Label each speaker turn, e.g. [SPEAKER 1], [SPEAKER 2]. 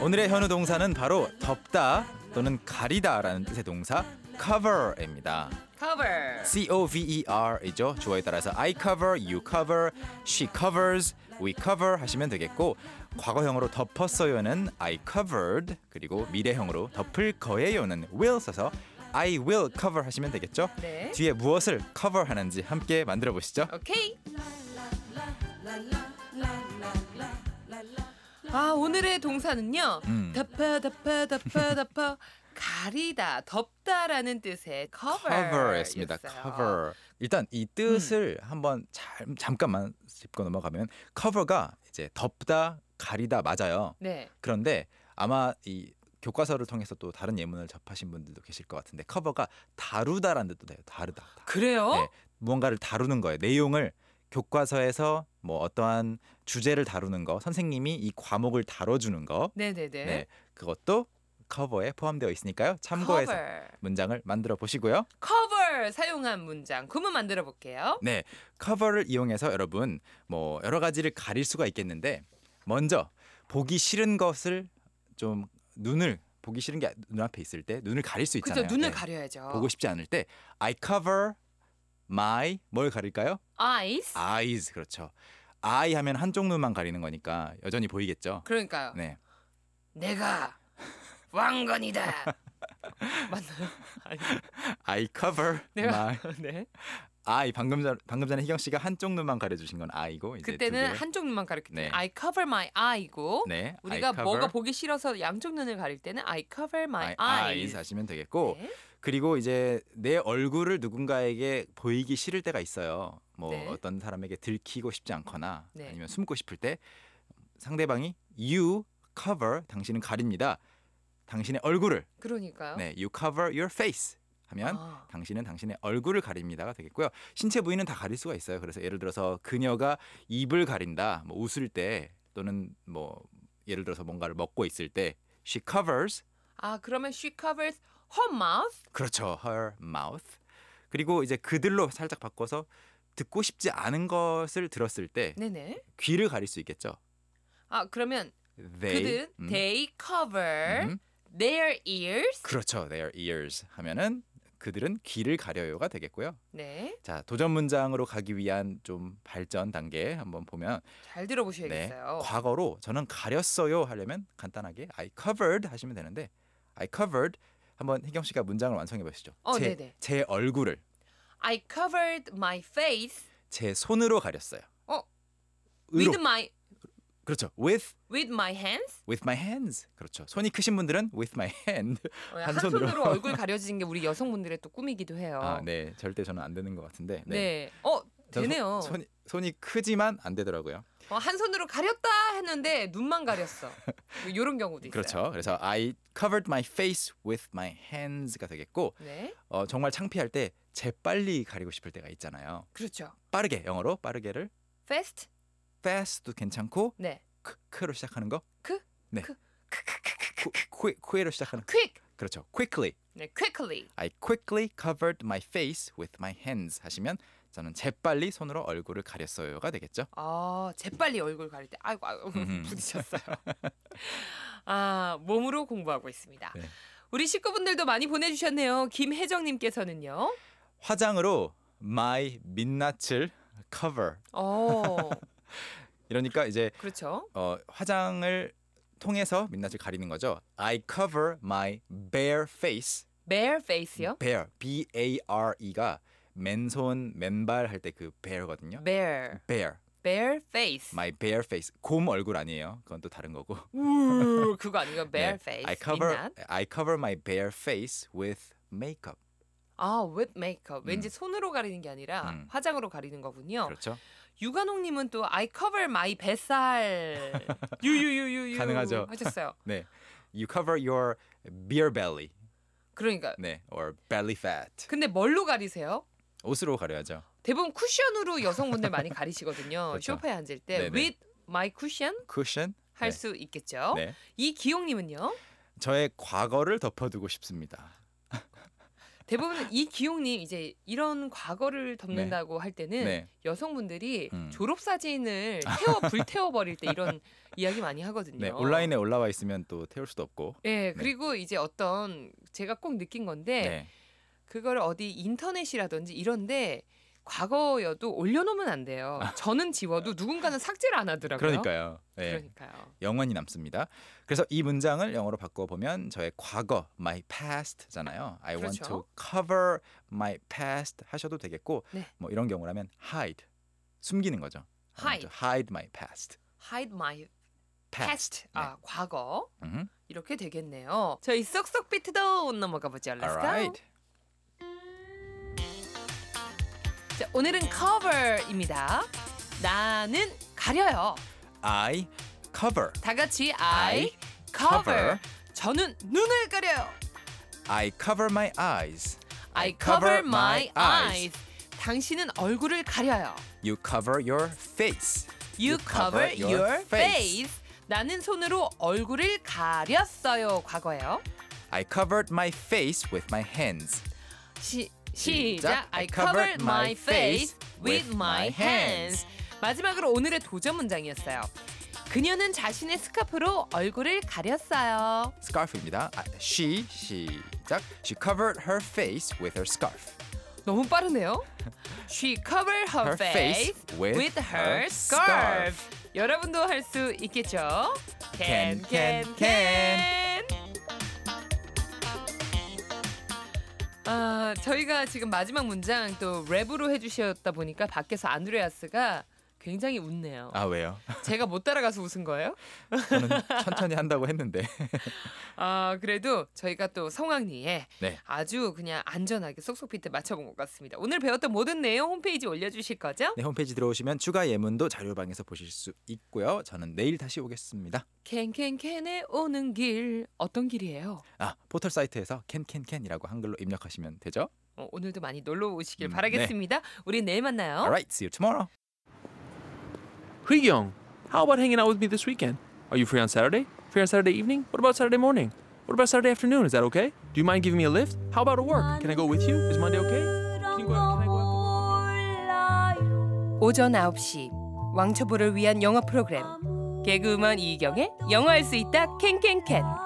[SPEAKER 1] 오늘의 현우 동사는 바로 덮다 또는 가리다라는 뜻의 동사 cover입니다.
[SPEAKER 2] cover.
[SPEAKER 1] C O V E R이죠. 주어에 따라서 I cover, you cover, she covers, we cover 하시면 되겠고 과거형으로 덮었어요는 I covered 그리고 미래형으로 덮을 거예요는 will 써서 I will cover 하시면 되겠죠.
[SPEAKER 2] 네.
[SPEAKER 1] 뒤에 무엇을 cover 하는지 함께 만들어 보시죠.
[SPEAKER 2] 오케이. 아 오늘의 동사는요.
[SPEAKER 1] 음.
[SPEAKER 2] 덮어 덮어 덮어 덮어 가리다 덮다라는 뜻의 cover.
[SPEAKER 1] cover였습니다.
[SPEAKER 2] 였어요. 음.
[SPEAKER 1] cover. 일단 이 뜻을 한번 잠- 잠깐만 짚고 넘어가면 cover가 이제 덮다, 가리다 맞아요.
[SPEAKER 2] 네.
[SPEAKER 1] 그런데 아마 이 교과서를 통해서 또 다른 예문을 접하신 분들도 계실 것 같은데 cover가 다루다라는 뜻도 돼요. 다르다. 다-
[SPEAKER 2] 아, 그래요?
[SPEAKER 1] 네. 무언가를 다루는 거예요. 내용을 교과서에서 뭐 어떠한 주제를 다루는 거, 선생님이 이 과목을 다뤄주는 거,
[SPEAKER 2] 네네네.
[SPEAKER 1] 네, 그것도 cover에 포함되어 있으니까요. 참고해서
[SPEAKER 2] cover.
[SPEAKER 1] 문장을 만들어 보시고요.
[SPEAKER 2] cover 사용한 문장 구문 만들어 볼게요.
[SPEAKER 1] 네, 커버를 이용해서 여러분 뭐 여러 가지를 가릴 수가 있겠는데 먼저 보기 싫은 것을 좀 눈을 보기 싫은 게 눈앞에 있을 때 눈을 가릴 수
[SPEAKER 2] 그죠?
[SPEAKER 1] 있잖아요.
[SPEAKER 2] 눈을
[SPEAKER 1] 네.
[SPEAKER 2] 가려야죠.
[SPEAKER 1] 보고 싶지 않을 때 I cover my 뭘 가릴까요?
[SPEAKER 2] eyes.
[SPEAKER 1] eyes 그렇죠. I 하면 한쪽 눈만 가리는 거니까 여전히 보이겠죠.
[SPEAKER 2] 그러니까요.
[SPEAKER 1] 네.
[SPEAKER 2] 내가 왕건이다. 맞나요? 아니,
[SPEAKER 1] I cover
[SPEAKER 2] 내가
[SPEAKER 1] my
[SPEAKER 2] 네.
[SPEAKER 1] I 방금 전 방금 전에 희경 씨가 한쪽 눈만 가려 주신 건 I고 이제 두
[SPEAKER 2] 그때는
[SPEAKER 1] 개를-
[SPEAKER 2] 한쪽 눈만 가렸기 때문에
[SPEAKER 1] 네.
[SPEAKER 2] I cover my eye고
[SPEAKER 1] 네.
[SPEAKER 2] 우리가
[SPEAKER 1] I cover
[SPEAKER 2] 뭐가 보기 싫어서 양쪽 눈을 가릴 때는 I cover my
[SPEAKER 1] my
[SPEAKER 2] eyes.
[SPEAKER 1] eyes 하시면 되겠고
[SPEAKER 2] 네.
[SPEAKER 1] 그리고 이제 내 얼굴을 누군가에게 보이기 싫을 때가 있어요. 뭐
[SPEAKER 2] 네.
[SPEAKER 1] 어떤 사람에게 들키고 싶지 않거나
[SPEAKER 2] 네.
[SPEAKER 1] 아니면 숨고 싶을 때 상대방이 you cover 당신은 가립니다. 당신의 얼굴을
[SPEAKER 2] 그러니까요.
[SPEAKER 1] 네, you cover your face 하면
[SPEAKER 2] 어? 아,
[SPEAKER 1] 당신은 당신의 얼굴을 가립니다가 되겠고요. 신체 부위는 다 가릴 수가 있어요. 그래서 예를 들어서 그녀가 입을 가린다. 뭐 웃을 때 또는 뭐 예를 들어서 뭔가를 먹고 있을 때 she covers
[SPEAKER 2] 아, 그러면 she covers her mouth.
[SPEAKER 1] 그렇죠. her mouth. 그리고 이제 그들로 살짝 바꿔서 듣고 싶지 않은 것을 들었을 때
[SPEAKER 2] 네네.
[SPEAKER 1] 귀를 가릴 수 있겠죠.
[SPEAKER 2] 아, 그러면
[SPEAKER 1] They,
[SPEAKER 2] 그들은
[SPEAKER 1] 음,
[SPEAKER 2] they cover
[SPEAKER 1] 음,
[SPEAKER 2] their ears.
[SPEAKER 1] 그렇죠. their ears 하면은 그들은 귀를 가려요가 되겠고요.
[SPEAKER 2] 네.
[SPEAKER 1] 자 도전 문장으로 가기 위한 좀 발전 단계 한번 보면
[SPEAKER 2] 잘
[SPEAKER 1] 네
[SPEAKER 2] 들어보셔야겠어요.
[SPEAKER 1] 과거로 저는 가렸어요 하려면 간단하게 I covered 하시면 되는데 I covered 한번 희경 씨가 문장을 완성해 보시죠.
[SPEAKER 2] 어,
[SPEAKER 1] 제-
[SPEAKER 2] 네네.
[SPEAKER 1] 제 얼굴을
[SPEAKER 2] I covered my face
[SPEAKER 1] 제 손으로 가렸어요.
[SPEAKER 2] 어?
[SPEAKER 1] 으로.
[SPEAKER 2] with my
[SPEAKER 1] 그렇죠. with
[SPEAKER 2] with my hands.
[SPEAKER 1] with my hands. 그렇죠. 손이 크신 분들은 with my hand.
[SPEAKER 2] 어,
[SPEAKER 1] 한
[SPEAKER 2] 한 손으로.
[SPEAKER 1] 손으로
[SPEAKER 2] 얼굴 가려지는 게 우리 여성분들의 또 꿈이기도 해요.
[SPEAKER 1] 아, 네. 절대 저는 안 되는 것 같은데.
[SPEAKER 2] 네. 어,
[SPEAKER 1] 저는
[SPEAKER 2] 되네요.
[SPEAKER 1] 손, 이 손이 크지만 안 되더라고요.
[SPEAKER 2] 어, 한 손으로 가렸다 했는데 눈만 가렸어. 이런 경우도 있어요.
[SPEAKER 1] 그렇죠. 그래서 I covered my face with my hands가 되겠고
[SPEAKER 2] 네.
[SPEAKER 1] 어, 정말 창피할 때 재빨리 가리고 싶을 때가 있잖아요.
[SPEAKER 2] 그렇죠.
[SPEAKER 1] 빠르게 영어로 빠르게를
[SPEAKER 2] fast.
[SPEAKER 1] fast도 괜찮고
[SPEAKER 2] 네.
[SPEAKER 1] 크, 크로 시작하는 거.
[SPEAKER 2] 크?
[SPEAKER 1] 네.
[SPEAKER 2] 크. 크크크크크.
[SPEAKER 1] 쿠, 쿠, 쿠에로 시작하는 거.
[SPEAKER 2] quick.
[SPEAKER 1] 그렇죠. quickly.
[SPEAKER 2] 네, quickly.
[SPEAKER 1] I quickly covered my face with my hands 하시면 저는 재빨리 손으로 얼굴을 가렸어요가 되겠죠.
[SPEAKER 2] 아, 재빨리 얼굴 가릴 때 아이고, 아이고
[SPEAKER 1] 음.
[SPEAKER 2] 부딪혔어요. 아, 몸으로 공부하고 있습니다.
[SPEAKER 1] 네.
[SPEAKER 2] 우리 식구분들도 많이 보내주셨네요. 김혜정님께서는요.
[SPEAKER 1] 화장으로 my 민낯을 cover
[SPEAKER 2] 어,
[SPEAKER 1] 이러니까 이제
[SPEAKER 2] 그렇죠.
[SPEAKER 1] 어, 화장을 통해서 민낯을 가리는 거죠. I cover my bare face.
[SPEAKER 2] bare face요.
[SPEAKER 1] bare b a r e가 맨손 맨발 할 때 그 bare거든요.
[SPEAKER 2] bare,
[SPEAKER 1] bare
[SPEAKER 2] bare face.
[SPEAKER 1] my bare face 곰 얼굴 아니에요. 그건 또 다른 거고.
[SPEAKER 2] 우, 그거 아니고
[SPEAKER 1] 네.
[SPEAKER 2] bare face.
[SPEAKER 1] I cover
[SPEAKER 2] 민낯.
[SPEAKER 1] I cover my bare face with makeup.
[SPEAKER 2] 아, with makeup.
[SPEAKER 1] 음.
[SPEAKER 2] 왠지 손으로 가리는 게 아니라
[SPEAKER 1] 음.
[SPEAKER 2] 화장으로 가리는 거군요.
[SPEAKER 1] 그렇죠.
[SPEAKER 2] 유관홍 님은 또 I cover my 뱃살. 유유유유유.
[SPEAKER 1] 가능하죠.
[SPEAKER 2] 하셨어요.
[SPEAKER 1] You cover your beer belly.
[SPEAKER 2] 그러니까.
[SPEAKER 1] 네, or belly fat.
[SPEAKER 2] 근데 뭘로 가리세요?
[SPEAKER 1] 옷으로 가려야죠.
[SPEAKER 2] 대부분 쿠션으로 여성분들 많이 가리시거든요.
[SPEAKER 1] 그렇죠.
[SPEAKER 2] 쇼파에 앉을 때
[SPEAKER 1] 네네.
[SPEAKER 2] with my cushion
[SPEAKER 1] 쿠션.
[SPEAKER 2] 할
[SPEAKER 1] 네.
[SPEAKER 2] 수 있겠죠.
[SPEAKER 1] 네.
[SPEAKER 2] 이 기용 님은요?
[SPEAKER 1] 저의 과거를 덮어두고 싶습니다.
[SPEAKER 2] 대부분 이 기용님 이제 이런 과거를 덮는다고 할 때는
[SPEAKER 1] 네.
[SPEAKER 2] 여성분들이
[SPEAKER 1] 음.
[SPEAKER 2] 졸업 사진을 태워 불태워 버릴 때 이런 이야기 많이 하거든요.
[SPEAKER 1] 네, 온라인에 올라와 있으면 또 태울 수도 없고.
[SPEAKER 2] 예, 그리고 이제 어떤 제가 꼭 느낀 건데
[SPEAKER 1] 네.
[SPEAKER 2] 그걸 어디 인터넷이라든지 이런데 과거여도 올려놓으면 안 돼요. 저는 지워도 누군가는 삭제를 안
[SPEAKER 1] 아.
[SPEAKER 2] 하더라고요.
[SPEAKER 1] 그러니까요. 네.
[SPEAKER 2] 그러니까요.
[SPEAKER 1] 영원히 남습니다. 그래서 이 문장을 영어로 바꿔 보면 저의 과거 my past잖아요. I want to
[SPEAKER 2] 그렇죠.
[SPEAKER 1] cover my past 하셔도 되겠고
[SPEAKER 2] 네.
[SPEAKER 1] 뭐 이런 경우라면 hide 숨기는 거죠. I want to hide my past.
[SPEAKER 2] Hide my
[SPEAKER 1] past.
[SPEAKER 2] past. 아, 과거.
[SPEAKER 1] 네. 음.
[SPEAKER 2] 이렇게 되겠네요. 저희 쏙쏙 비트도 넘어가 보죠. Let's go.
[SPEAKER 1] Alright.
[SPEAKER 2] 자, 오늘은 cover입니다. 나는 가려요.
[SPEAKER 1] I cover.
[SPEAKER 2] 다 같이 I,
[SPEAKER 1] I
[SPEAKER 2] cover.
[SPEAKER 1] cover.
[SPEAKER 2] 저는 눈을 가려요.
[SPEAKER 1] I cover my eyes.
[SPEAKER 2] I cover my eyes. 당신은 얼굴을 가려요.
[SPEAKER 1] You cover your face.
[SPEAKER 2] You cover your face. 나는 손으로 얼굴을 가렸어요. 과거예요.
[SPEAKER 1] I covered my face with my hands.
[SPEAKER 2] 시, 시작. I covered my face with my hands. 마지막으로 오늘의 도전 문장이었어요. 그녀는 자신의 스카프로 얼굴을 가렸어요.
[SPEAKER 1] 스카프입니다. 아, she 시작. She covered her face with her scarf.
[SPEAKER 2] 너무 빠르네요. She covered her,
[SPEAKER 1] Her face
[SPEAKER 2] face, with, her scarf. 여러분도 할 수 있겠죠?
[SPEAKER 1] Can,
[SPEAKER 2] Can
[SPEAKER 1] can,
[SPEAKER 2] can
[SPEAKER 1] can.
[SPEAKER 2] can. 아, 저희가 지금 마지막 문장 또 랩으로 해주셨다 보니까 밖에서 안드레아스가 굉장히 웃네요.
[SPEAKER 1] 아 왜요?
[SPEAKER 2] 제가 못 따라가서 웃은 거예요?
[SPEAKER 1] 저는 천천히 한다고 했는데.
[SPEAKER 2] 아, 그래도 저희가 또 성황리에
[SPEAKER 1] 네.
[SPEAKER 2] 아주 그냥 안전하게 쏙쏙 비트 맞춰본 것 같습니다. 오늘 배웠던 모든 내용 홈페이지 올려주실 거죠?
[SPEAKER 1] 네, 홈페이지 들어오시면 추가 예문도 자료방에서 보실 수 있고요. 저는 내일 다시 오겠습니다.
[SPEAKER 2] 캔캔캔에 오는 길 어떤 길이에요?
[SPEAKER 1] 아 포털 사이트에서 캔캔캔이라고 한글로 입력하시면 되죠.
[SPEAKER 2] 어, 오늘도 많이 놀러 오시길
[SPEAKER 1] 음,
[SPEAKER 2] 바라겠습니다. 우리 내일 만나요.
[SPEAKER 1] Alright, see you tomorrow.
[SPEAKER 3] Young, how about hanging out with me this weekend? Are you free on Saturday? Free on Saturday evening? What about Saturday morning? What about Saturday afternoon? Is that okay? Do you mind giving me a lift? How about at work? Can I go with you? Is Monday okay? Can you go, can I go after work?
[SPEAKER 2] 오전 9시 왕초보를 위한 영어 프로그램 개그우먼 이경의 영어할 수 있다 캔캔캔